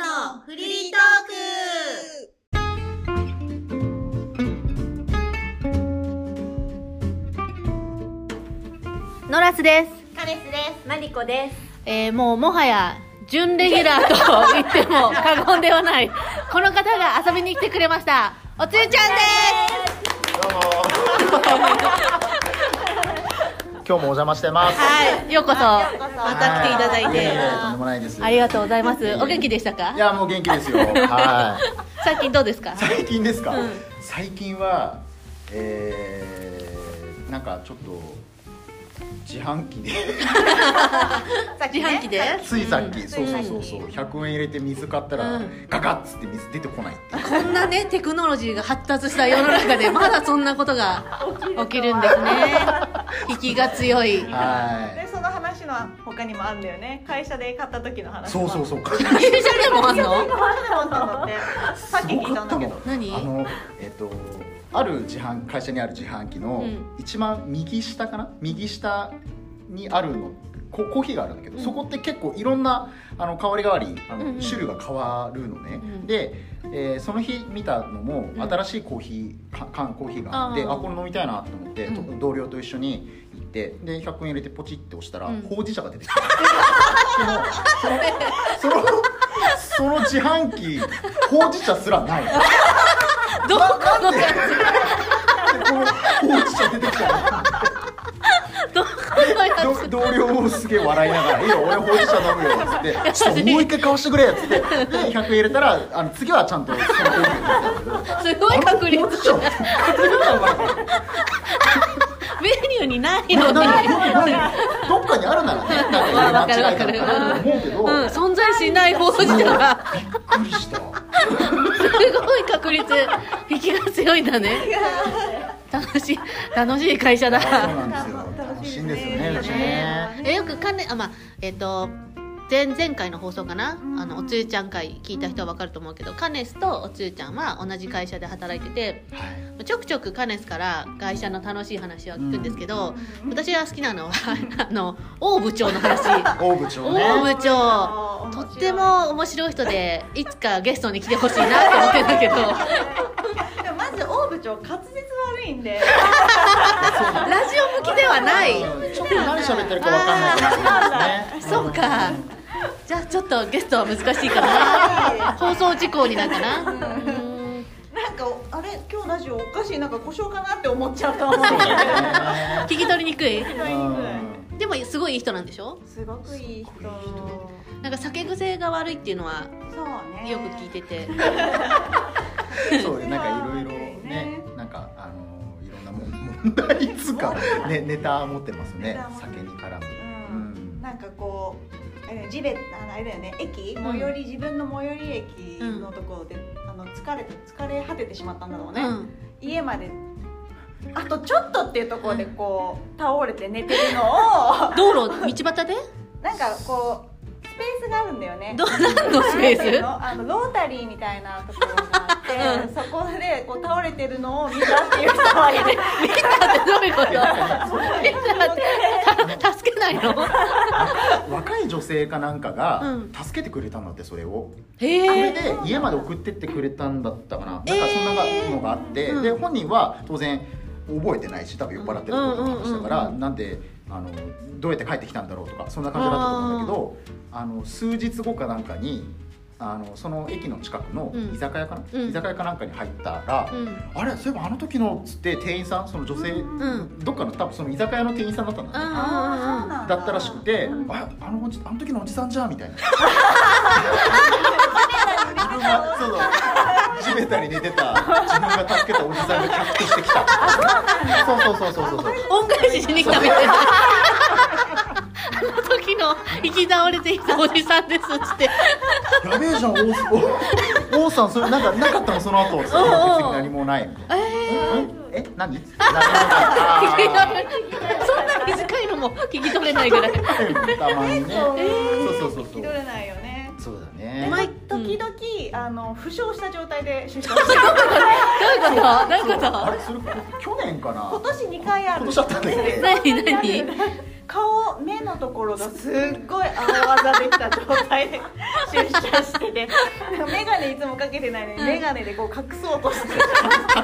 のフリートークノラスです、カレスですマリコですえーもうもはや準レギュラーと言っても過言ではないこの方が遊びに来てくれましたおつゆちゃんでどうも。今日もお邪魔してます。すはいようこそままた来ていただいはてややとんでもないです。ありがとうございますお元気でしたいかや、もう元気ですよ。はい。最近どうですか最近ですかうん。最近は。えーなんかちょっと。自販機で。さっき自ね販機でついさっき、うんそうそうそうそう、100円入れて水買ったら、うんガガッつって水出てこないっていう。こんなねテクノロジーが発達した世の中でまだそんなことが起きるんですね引きが強いはでその話の他にもあるんだよね会社で買った時のい。話そうそ うそう。電車でもあんのそうなんだってさっき聞いたんだけどすごかったも何あのえっ、とある自販会社にある自販機うのん一番右下かな、右下にあるのココーヒーがあるんだけど、うんそこって結構いろんなあの代わり代わりあの、うんうん種類が変わるのね、うんで、えーその日見たのも、うん新しいコーヒーか缶コーヒーがあってああーこれ飲みたいなと思って、とうん同僚と一緒に行ってで100円入れてポチって押したら、うんほうじ茶が出てきたでもそのそのその自販機ほうじ茶すらないどこのなんで放置者出てきたどこのやのど同僚もすげえ笑いながら「いいよ俺放置者飲むよ」っつって「ちょっともう一回買わしてくれ」っつってで100円入れたらあの次はちゃんとそのコーヒー入れてたんだつすごい確けど率放置者確率なのかなメニューにないのなになななどっかにあるならねなんかいろいろ間違いなのかなと思うけどうん、存在しないほうじ茶が びっくりしたすごい確率引きが強いんだね楽しい楽しい会社だそうなんですよ楽しいんですよねうちねねえよくかねあまあえっ、と前々回の放送かな、あのおつゆちゃん会聞いた人は分かると思うけど、カネスとおつゆちゃんは同じ会社で働いててはいちょくちょくカネスから会社の楽しい話は聞くんですけど、私が好きなのはあの王部長の話大部長ね大部長とっても面白い人でいつかゲストに来てほしいなって思ってんだけどでもまず大部長滑舌悪いんでラジオ向きではないちょっと何喋ってるかわかんない感じですね。そうかじゃあちょっとゲストは難しいかな放送事項になるかなうーんなんかあれ今日ラジオおかしいなんか故障かなって思っちゃった聞き取りにくいうん。でもすごいいい人なんでしょすごくいい人なんか酒癖が悪いっていうのはそうねよく聞いててそうね、なんかいろいろね、なんかあのいろんなもん問題っつうかねネタ持ってますねネタ。持って酒に絡む。ううんんなんかこうあれだよジベあのあれだよね駅、最寄り自分の最寄り駅のところで、あの疲れて疲れ果ててしまったんだろううね、ん家まであとちょっとっていうところでこう倒れて寝てるの を道路道端でなんかこうスペースがあるんだよねど何のスペなんていうーのあのロータリーみたいなところがあって、そこでこう倒れてるのを見たっていう人はい るスどういうことた 助けないの若い女性かなんかうがん助けてくれたんだってそれを。へそれえで家まで送ってってくれたんだったかな。なんかそんえーなのがあって、うんで本人は当然覚えてないし、多分酔っ払ってることとかしうたかんうんら、うんなんであのどうやって帰ってきたんだろうとかそんな感じだったと思うんだけど、あの数日後かなんかに。あのその駅の近くのうん居酒屋かな、うん居酒屋かなんかに入ったら、うんあれそういえばあの時のっつって店員さんその女性、うんどっかの多分その居酒屋の店員さんだったんだね、あーだったらしくて、うんああのおじあの時のおじさんじゃんみたいな自分がそうそう地べたに寝てた自分が助けたおじさんがキャッとしてきたそうそうそうそうそうそう恩返ししに来たみたいな。あの時の生き倒れていたおじさんですっつって。やべえじゃん王さん王王さんそれなんかなかったのその後別に何もないみたいなええ何何も聞きな取いれそんな気遣いのも聞き取れないぐらい。たまにね、そうそうそうそ聞き取うれないよねそうだでね毎時々、あの負傷した状態で出社してるどういうことどういうことあれそれ去年かな今年2回ある今年あったんだよね何何 顔の目のところがすっごい青技できた状態で出社してて眼鏡いつもかけてないのにうん眼鏡でこう隠そうとして隠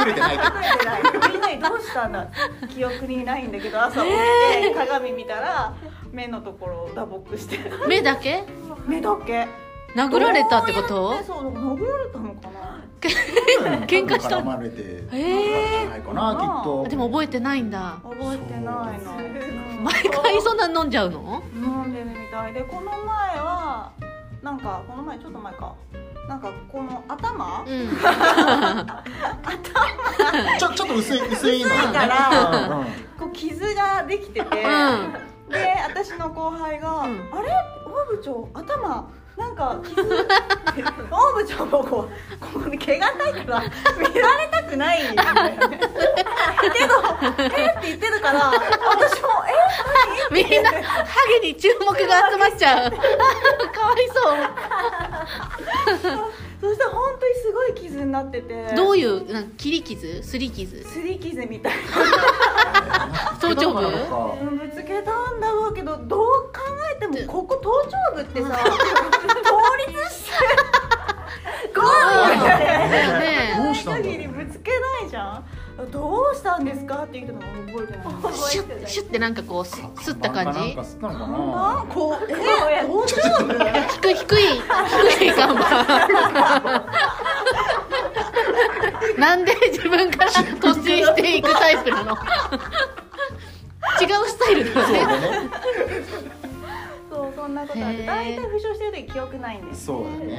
隠れてないけどれてないみんなにどうしたんだ記憶にないんだけど朝起きて鏡見たら目のところを打撲して目だけ目だけ殴られたってこどうとやってそう殴られたのかな喧嘩した絡まれてへじゃえないかなきっとでも覚えてないんだ覚えてないの毎回そんな飲んじゃうの飲んでるみたいでこの前はなんかこの前ちょっと前かなんかこの頭、うんちょちょっと薄い薄いの薄いからうんうんこう傷ができてて、うで私の後輩が「うんあれ大部長頭なんか 傷大部長もこうここに毛がないから見られたくない」みたいなねけど「えっ?」て言ってるから私も「えん、みんなハゲに注目が集まっちゃう かわいそしたら本当にすごい傷になっててそうどういうなんか切り傷すり傷すり傷みたいな。頭頂部なのかうんぶつけたんだろうけどどう考えてもここ頭頂部ってさ倒立してゴーンっねどうてしたんだろ限うりぶつけないじゃんどうしたんですかって言ったの覚えてないシュッシュッてなんかこうすすった感なんじか吸ったのかなあこうえ頭頂部低い低い低い看板なんで自分から突進していくタイプなの違うスタイルだそうよねだねそうそんなことあっへーて大体負傷してる時記憶ないんですそうだね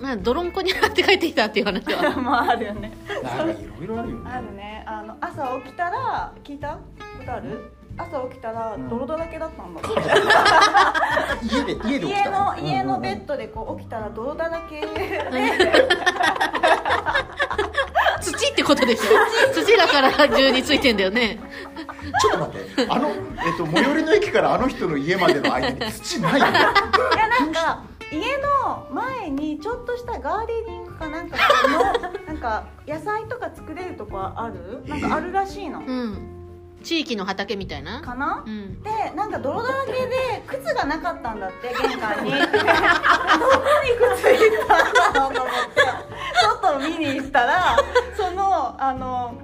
まあ泥んこになって帰ってきたっていう話はまああるよねなんかいろいろあるよねあるねあの朝起きたら聞いたことある朝起きたら泥だらけだったんだって家で家で起き家たのの家のベうんうんッドでこう起きたら泥だらけ 土ってことでしょ土だから十についてんだよねうんちょっと待ってあのえっと最寄りの駅からあの人の家までの間に土ないよねいやなんか家の前にちょっとしたガーデニングかなんかのなんか野菜とか作れるとこあるなんかあるらしいのうん地域の畑みたいなかなうんでなんか泥だらけで靴がなかったんだって玄関 にどこに靴行ったんだろうと思ってちょっと見に行ったらそのあの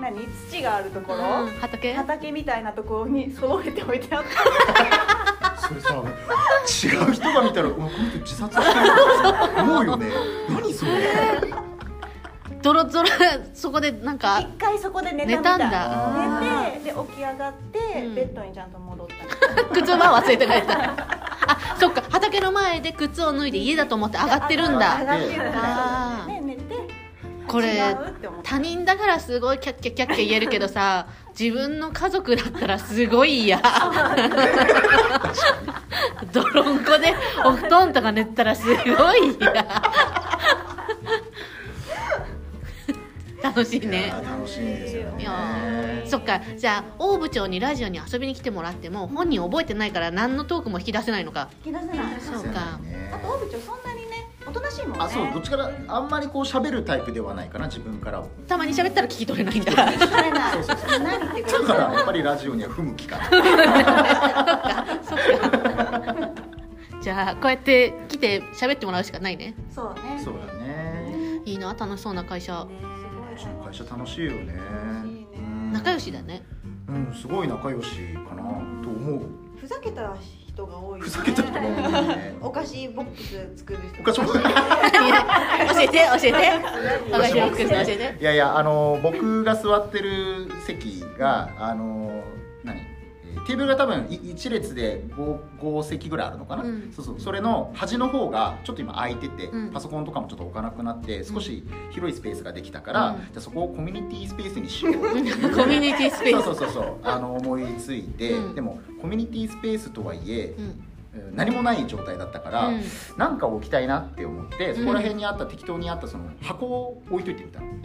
何土があるとこうろ、ん畑畑みたいなところに揃えておいてあったそれさ違う人が見たら「うわこの人自殺したのかな思うよね何それ泥泥そこでなん一か回そこで寝たみた寝いたんだ寝てで起き上がって、うんベッドにちゃんと戻った靴は忘れて帰ったあそっか畑の前で靴を脱いで家だと思って上がってるん上だがってるんあだーで寝てこ違れうって思った他人だからすごいキャッキャキャッキャ言えるけどさ自分の家族だったらすごい嫌泥んこでお布団とか寝てたらすごい嫌楽しいいねや楽しいですよいねやーそっかじゃあ大部長にラジオに遊びに来てもらっても本人覚えてないから何のトークも引き出せないのか引き出せないそうかあと大部長そんなにねおとなしいもんねあそうどっちからあんまりこう喋るタイプではないかな自分からたまに喋ったら聞き取れないんだ聞かれない何言ってくだるからやっぱりラジオには不向きかなじゃあこうやって来て喋ってもらうしかないねそうねそうだねいいな楽しそうな会社うちの会社楽しいよねうん仲良しだねうんすごい仲良しかなと思うふざけた人が多いよねふざけた人が多いね お菓子ボックス作る人おかしい教えて教えて私も私も教えていやいやあの僕が座ってる席があの何えーテーブルが多分い一列で 5, 5席ぐらいあるのかな、うんそうそうそれの端の方がちょっと今空いてて、うんパソコンとかもちょっと置かなくなって少し広いスペースができたから、うんじゃあそこをコミュニティスペースにしようってい うコミュニティスペースそうそうそうそうあの思いついて、うんでもコミュニティスペースとはいえう、んうん何もない状態だったから、うんなんか置きたいなって思ってんそこら辺にあった、適当にあったその箱を置いといてみたのうん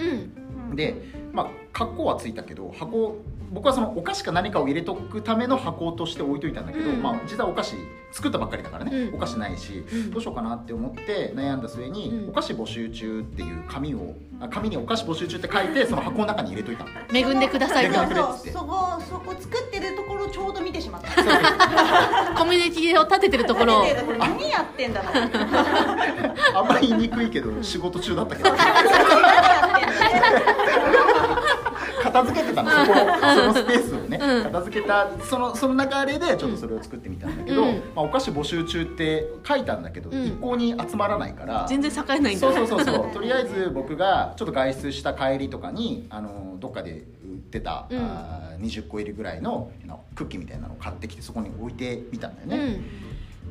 うんで、まあ、格好はついたけど箱僕はそのお菓子か何かを入れとくための箱として置いといたんだけど、うんまあ、実はお菓子作ったばっかりだからね、うんお菓子ないしうんどうしようかなって思って悩んだ末に、うんお菓子募集中っていう紙をあ紙にお菓子募集中って書いてその箱の中に入れといたの。恵んでくださいとそ恵うんでそうそこそこ作ってるところをちょうど見てしまったコミュニティを立ててるところをだけどこれ何やって んだろう何やあんまり言いにくいけど仕事中だったけどってんだろう片付けてたのそこのそのスペースをね、うん片付けたそのその流れでちょっとそれを作ってみたんだけど、うんまあ、お菓子募集中って書いたんだけど、うん一向に集まらないから全然栄えないんだそうそうそうそうとりあえず僕がちょっと外出した帰りとかにあのどっかで売ってた、うんあー20個入りぐらいのあのクッキーみたいなのを買ってきてそこに置いてみたんだようね、ん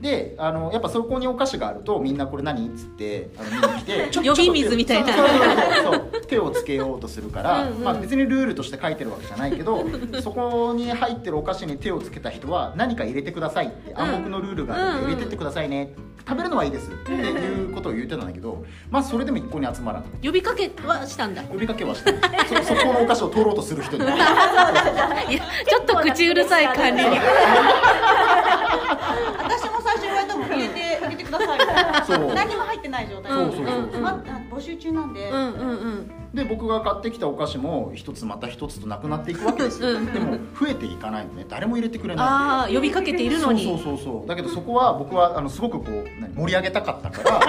であのやっぱそこにお菓子があるとみんなこれ何っつってあの見に来 てちょ呼び水みたいなそうそうそうそう手をつけようとするからうんうんまあ、別にルールとして書いてるわけじゃない けどそこに入ってるお菓子に手をつけた人は何か入れてくださいってん暗黙のルールがあるのでうんうん入れてってくださいね食べるのはいいですっていうことを言ってたんだけどまあそれでも一向に集まらない呼びかけはしたんだ呼びかけはしてるそそこのお菓子を取ろうとする人 にいやちょっと口うるさい管理に私も最初言われたもん入れて入れてくださいみたいなそう何も入ってない状態そうそうそううんうんうんまあ募集中なんで、うんうんうんで僕が買ってきたお菓子も一つまた一つとなくなっていくわけですようんうんでも増えていかないのね誰も入れてくれないああ呼びかけているのにそうそうそうそうだけどそこは僕はあのすごくこう何盛り上げたかったから こ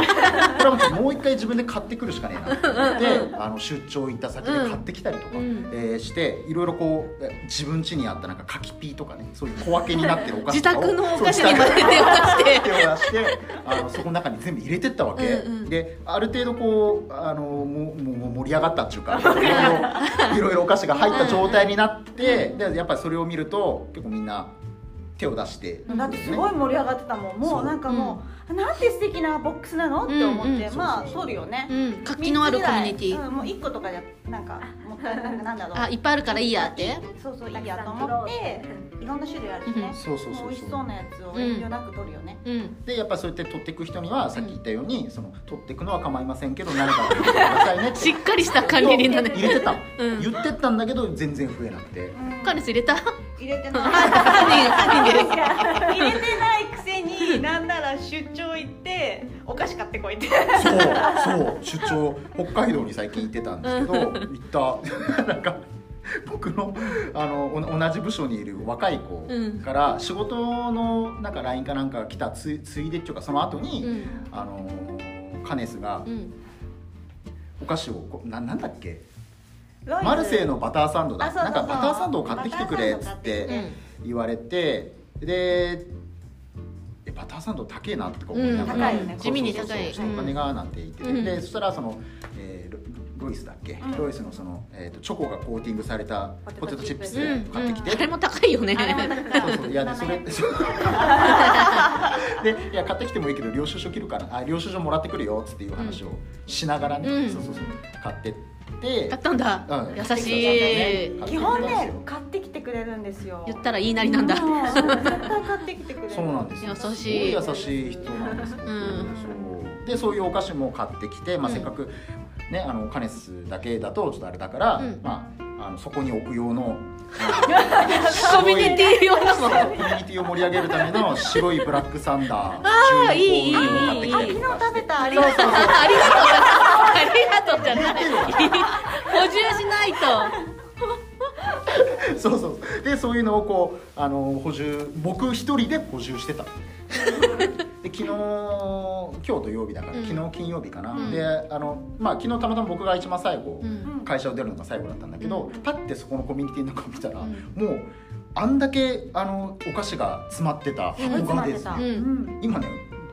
れはもうもう一回自分で買ってくるしかねえなと思ってあの出張行った先で買ってきたりとか、うんえーしていろいろこうえ自分家にあったなんか柿ピーとかねそういう小分けになってるお菓子自とかを宅のお菓子にそうま自で手宅をの出して手を出してあのそこの中に全部入れてったわけ、うんうんである程度こうあのもうもうもう盛り上がったってい うかいろいろいろいろお菓子が入った状態になって、でやっぱりそれを見ると結構みんな手を出して、だってすごい盛り上がってたもんもうなんかもう、なんて素敵なボックスなのって思って、うんうんまあそうそうそう取るよね、うん活気のあるコミュニテ三つぐらいィうんもう1個とかじゃなんかもったいなんかなんだろうあいっぱいあるからいいやってそうそういいやと思っていろんな種類あるしね、うんそうそうそうそうも美味しそうなやつを遠慮なく取るよね、うんでやっぱそうやって取っていく人にはさっき言ったように、その取っていくのは構いませんけど何か入れてくださいねってしっかりした管理人だね入れてた、うん言ってったんだけど全然増えなくてうんカネス入れた入れてない犯人犯人で入れてないくせになんなら出張行ってお菓子買ってこい ってそうそう出張北海道に最近行ってたんですけど 行った なんか僕のあのお同じ部署にいる若い子うんから仕事のなんか LINE かなんかが来たついついでっていうかその後に、うんあのカネスがうんお菓子をこうななんだっけロイズマルセイのバターサンドだあそうそうそうなんかバターサンドを買ってきてくれっつっバターサンド買てって言われてでえバターサンド高えなとか思いながら、うん高いよねそうそうそう地味に高いちょっとお金がなんて言ってて、うんでそしたらその、えーロロイスだっけ、うんロイスのその、えー、とチョコがコーティングされたポポテトテトチチッッププススうん買ってきて、あれも高いよねあれもなんかそうそうい やでそれでいや買ってきてもいいけど領収書切るからあ領収書もらってくるよっつっていう話をしながらね、うんそうそうそう買ってってだったんだうん優しいそうそうそう基本ね買ってきてくれるんですよ言ったら言いなりなんだうんそう絶対買ってきてくれるそうなんですよ優しいすごい優しい人なんですよ、そうでそういうお菓子も買ってきて、まあ、うんせっかく、ねあのカネスだけだとちょっとあれだから、うんまあ、あのそこに置く用の コミュニティ用だもんコミュニティを盛り上げるための白いブラックサンダーあーいいいいいい12個買ってきたりとかし昨日食てべたあありりががととううじゃない ありがとうじゃない補充しないと そうそうでそういうのをこうあの補充僕一人で補充してたで昨日今日土曜日だから、うん昨日金曜日かな、うんであのまあ昨日たまたま僕が一番最後、うん会社を出るのが最後だったんだけど、うパッてそこのコミュニティの中を見たら、うんもうあんだけあのお菓子が詰まってた箱がですね、ううんん今ね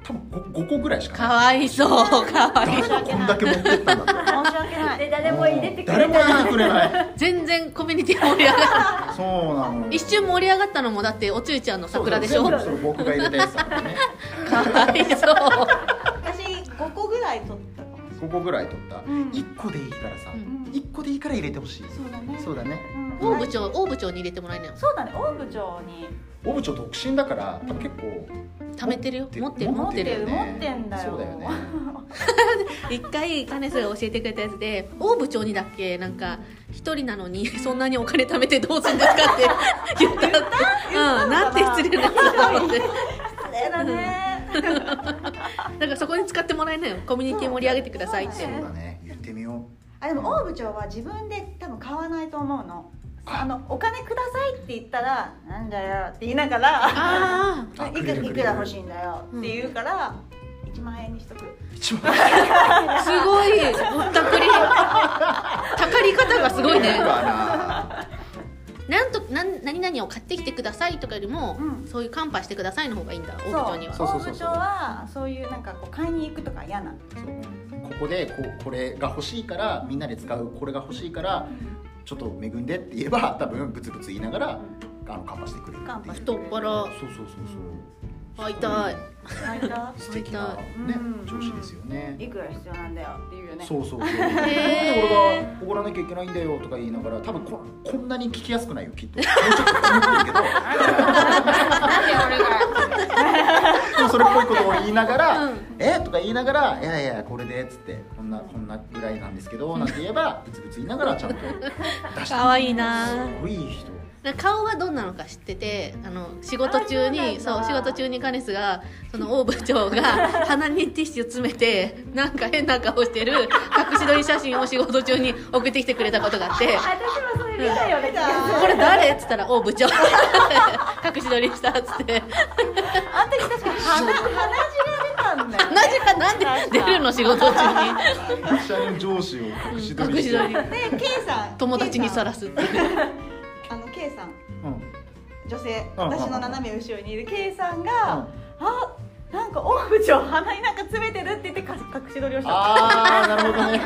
多分 5, 個ぐらいしかかわいそうかわないい誰がこんだけ持ってった んだって申し訳ないで誰も入れてくれ誰も入れなていくれない全然コミュニティ盛り上がらないそうなの一瞬盛り上がったのもだっておつゆちゃんの桜でしょそうかそうそう僕が入れたやつだからねわいそう私5個ぐらい取ったかもここぐらい取った、うん一1個でいいからさ、うん一1個でいいから入れてほしいそうだねそうだねうん大部長大部長に入れてもらえないのそうだね大部長に大部長独身だから多分結構貯めてるよ持ってる持ってるよね持ってんだよそうだよね一回カネスが教えてくれたやつで王部長にだっけなんか一人なのにそんなにお金貯めてどうするんですかって 言ったってうん、なんて失礼なやつだと思ってあれだねなんかそこに使ってもらえないよコミュニティ盛り上げてくださいってそうそうだね言ってみよあでも大部長は自分で多分買わないと思うのあのお金くださいって言ったら「なんだよ」って言いながらあ「あいくいくら欲しいんだよ」って言うから、1万円にしとくう一番あすごいぼったくりたかり方がすごいねかなんとなん何々を買ってきてくださいとかよりも、うんそういうカンパしてくださいの方がいいんだ王部長にはそそううそうそう大部そ長うはそういうなんかこう買いに行くとか嫌ななそうここでこうこれが欲しいからみんなで使うこれが欲しいからちょっと恵んでって言えば多分ブツブツ言いながらあのカンパしてくれるっていうカンパ太っ腹そうそうそうそう会いたい買いた 素敵なね会いたいうん上司ですよねいくら必要なんだよっていうよねそうそうそうなんへでー俺が怒らなきゃいけないんだよとか言いながら多分ここんなに聞きやすくないよきっともうちょっと思ってるけどでもそれっぽいことを言いながら「うんえとか言いながら「いやいやこれで」っつって「こんなこんなぐらいなんですけど」なんて言えばブツブツ言いなが らちゃんと出して可愛いなすごいいい人なんか顔はどんなのか知っててあの仕事中にあそそううなんだ仕事中にカネスがその大部長が 鼻にティッシュ詰めてなんか変な顔してる隠し撮り写真を仕事中に送ってきてくれたことがあって私もそれ見たよね「これ誰?」っつったら「大部長」 隠し撮りしたっつってあん時確か鼻鼻血が出たんだよ「なぜかなんで出るの仕事中に社員上司を隠し撮隠りしして撮りで K さん 友達にさらすっていうあの K さんうん女性うんうんうん私の斜め後ろにいる K さんうがん「あなんか大部長鼻になんか詰めてる」って言ってか隠し撮りをしたああなるほ どね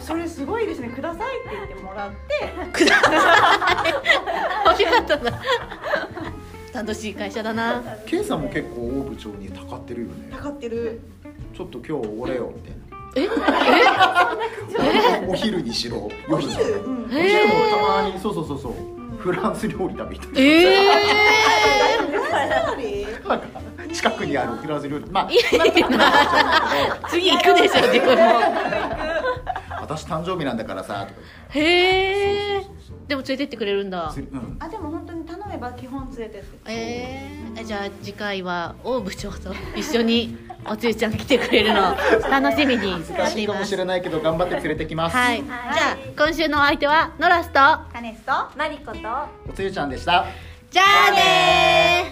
それすごいですね「ください」って言ってもらってくだらない惜しかったな楽しい会社だな K さんも結構大部長にたかってるよねた かってるちょっと今日おごれよみたいなええおお昼にしろ夜にしろうおん昼もたまにそうそうそうそうフランス料理食べ行ったりえ料理なんか近くにあるフランス料理まあそんなとこない けどー、次行くでしょ自分も私誕生日なんだからさとかへ言っえてそうそうでも連れてってくれるんだそううんあでも本当に頼めば基本連れてってえー、じゃあ次回は大部長と一緒におつゆちゃん来てくれる の楽しみに難ししていいかもましすれないけど頑張って連れてきますはい、じゃあ今週のお相手はノラスとカネスとマリコとおつゆちゃんでしたじゃあねー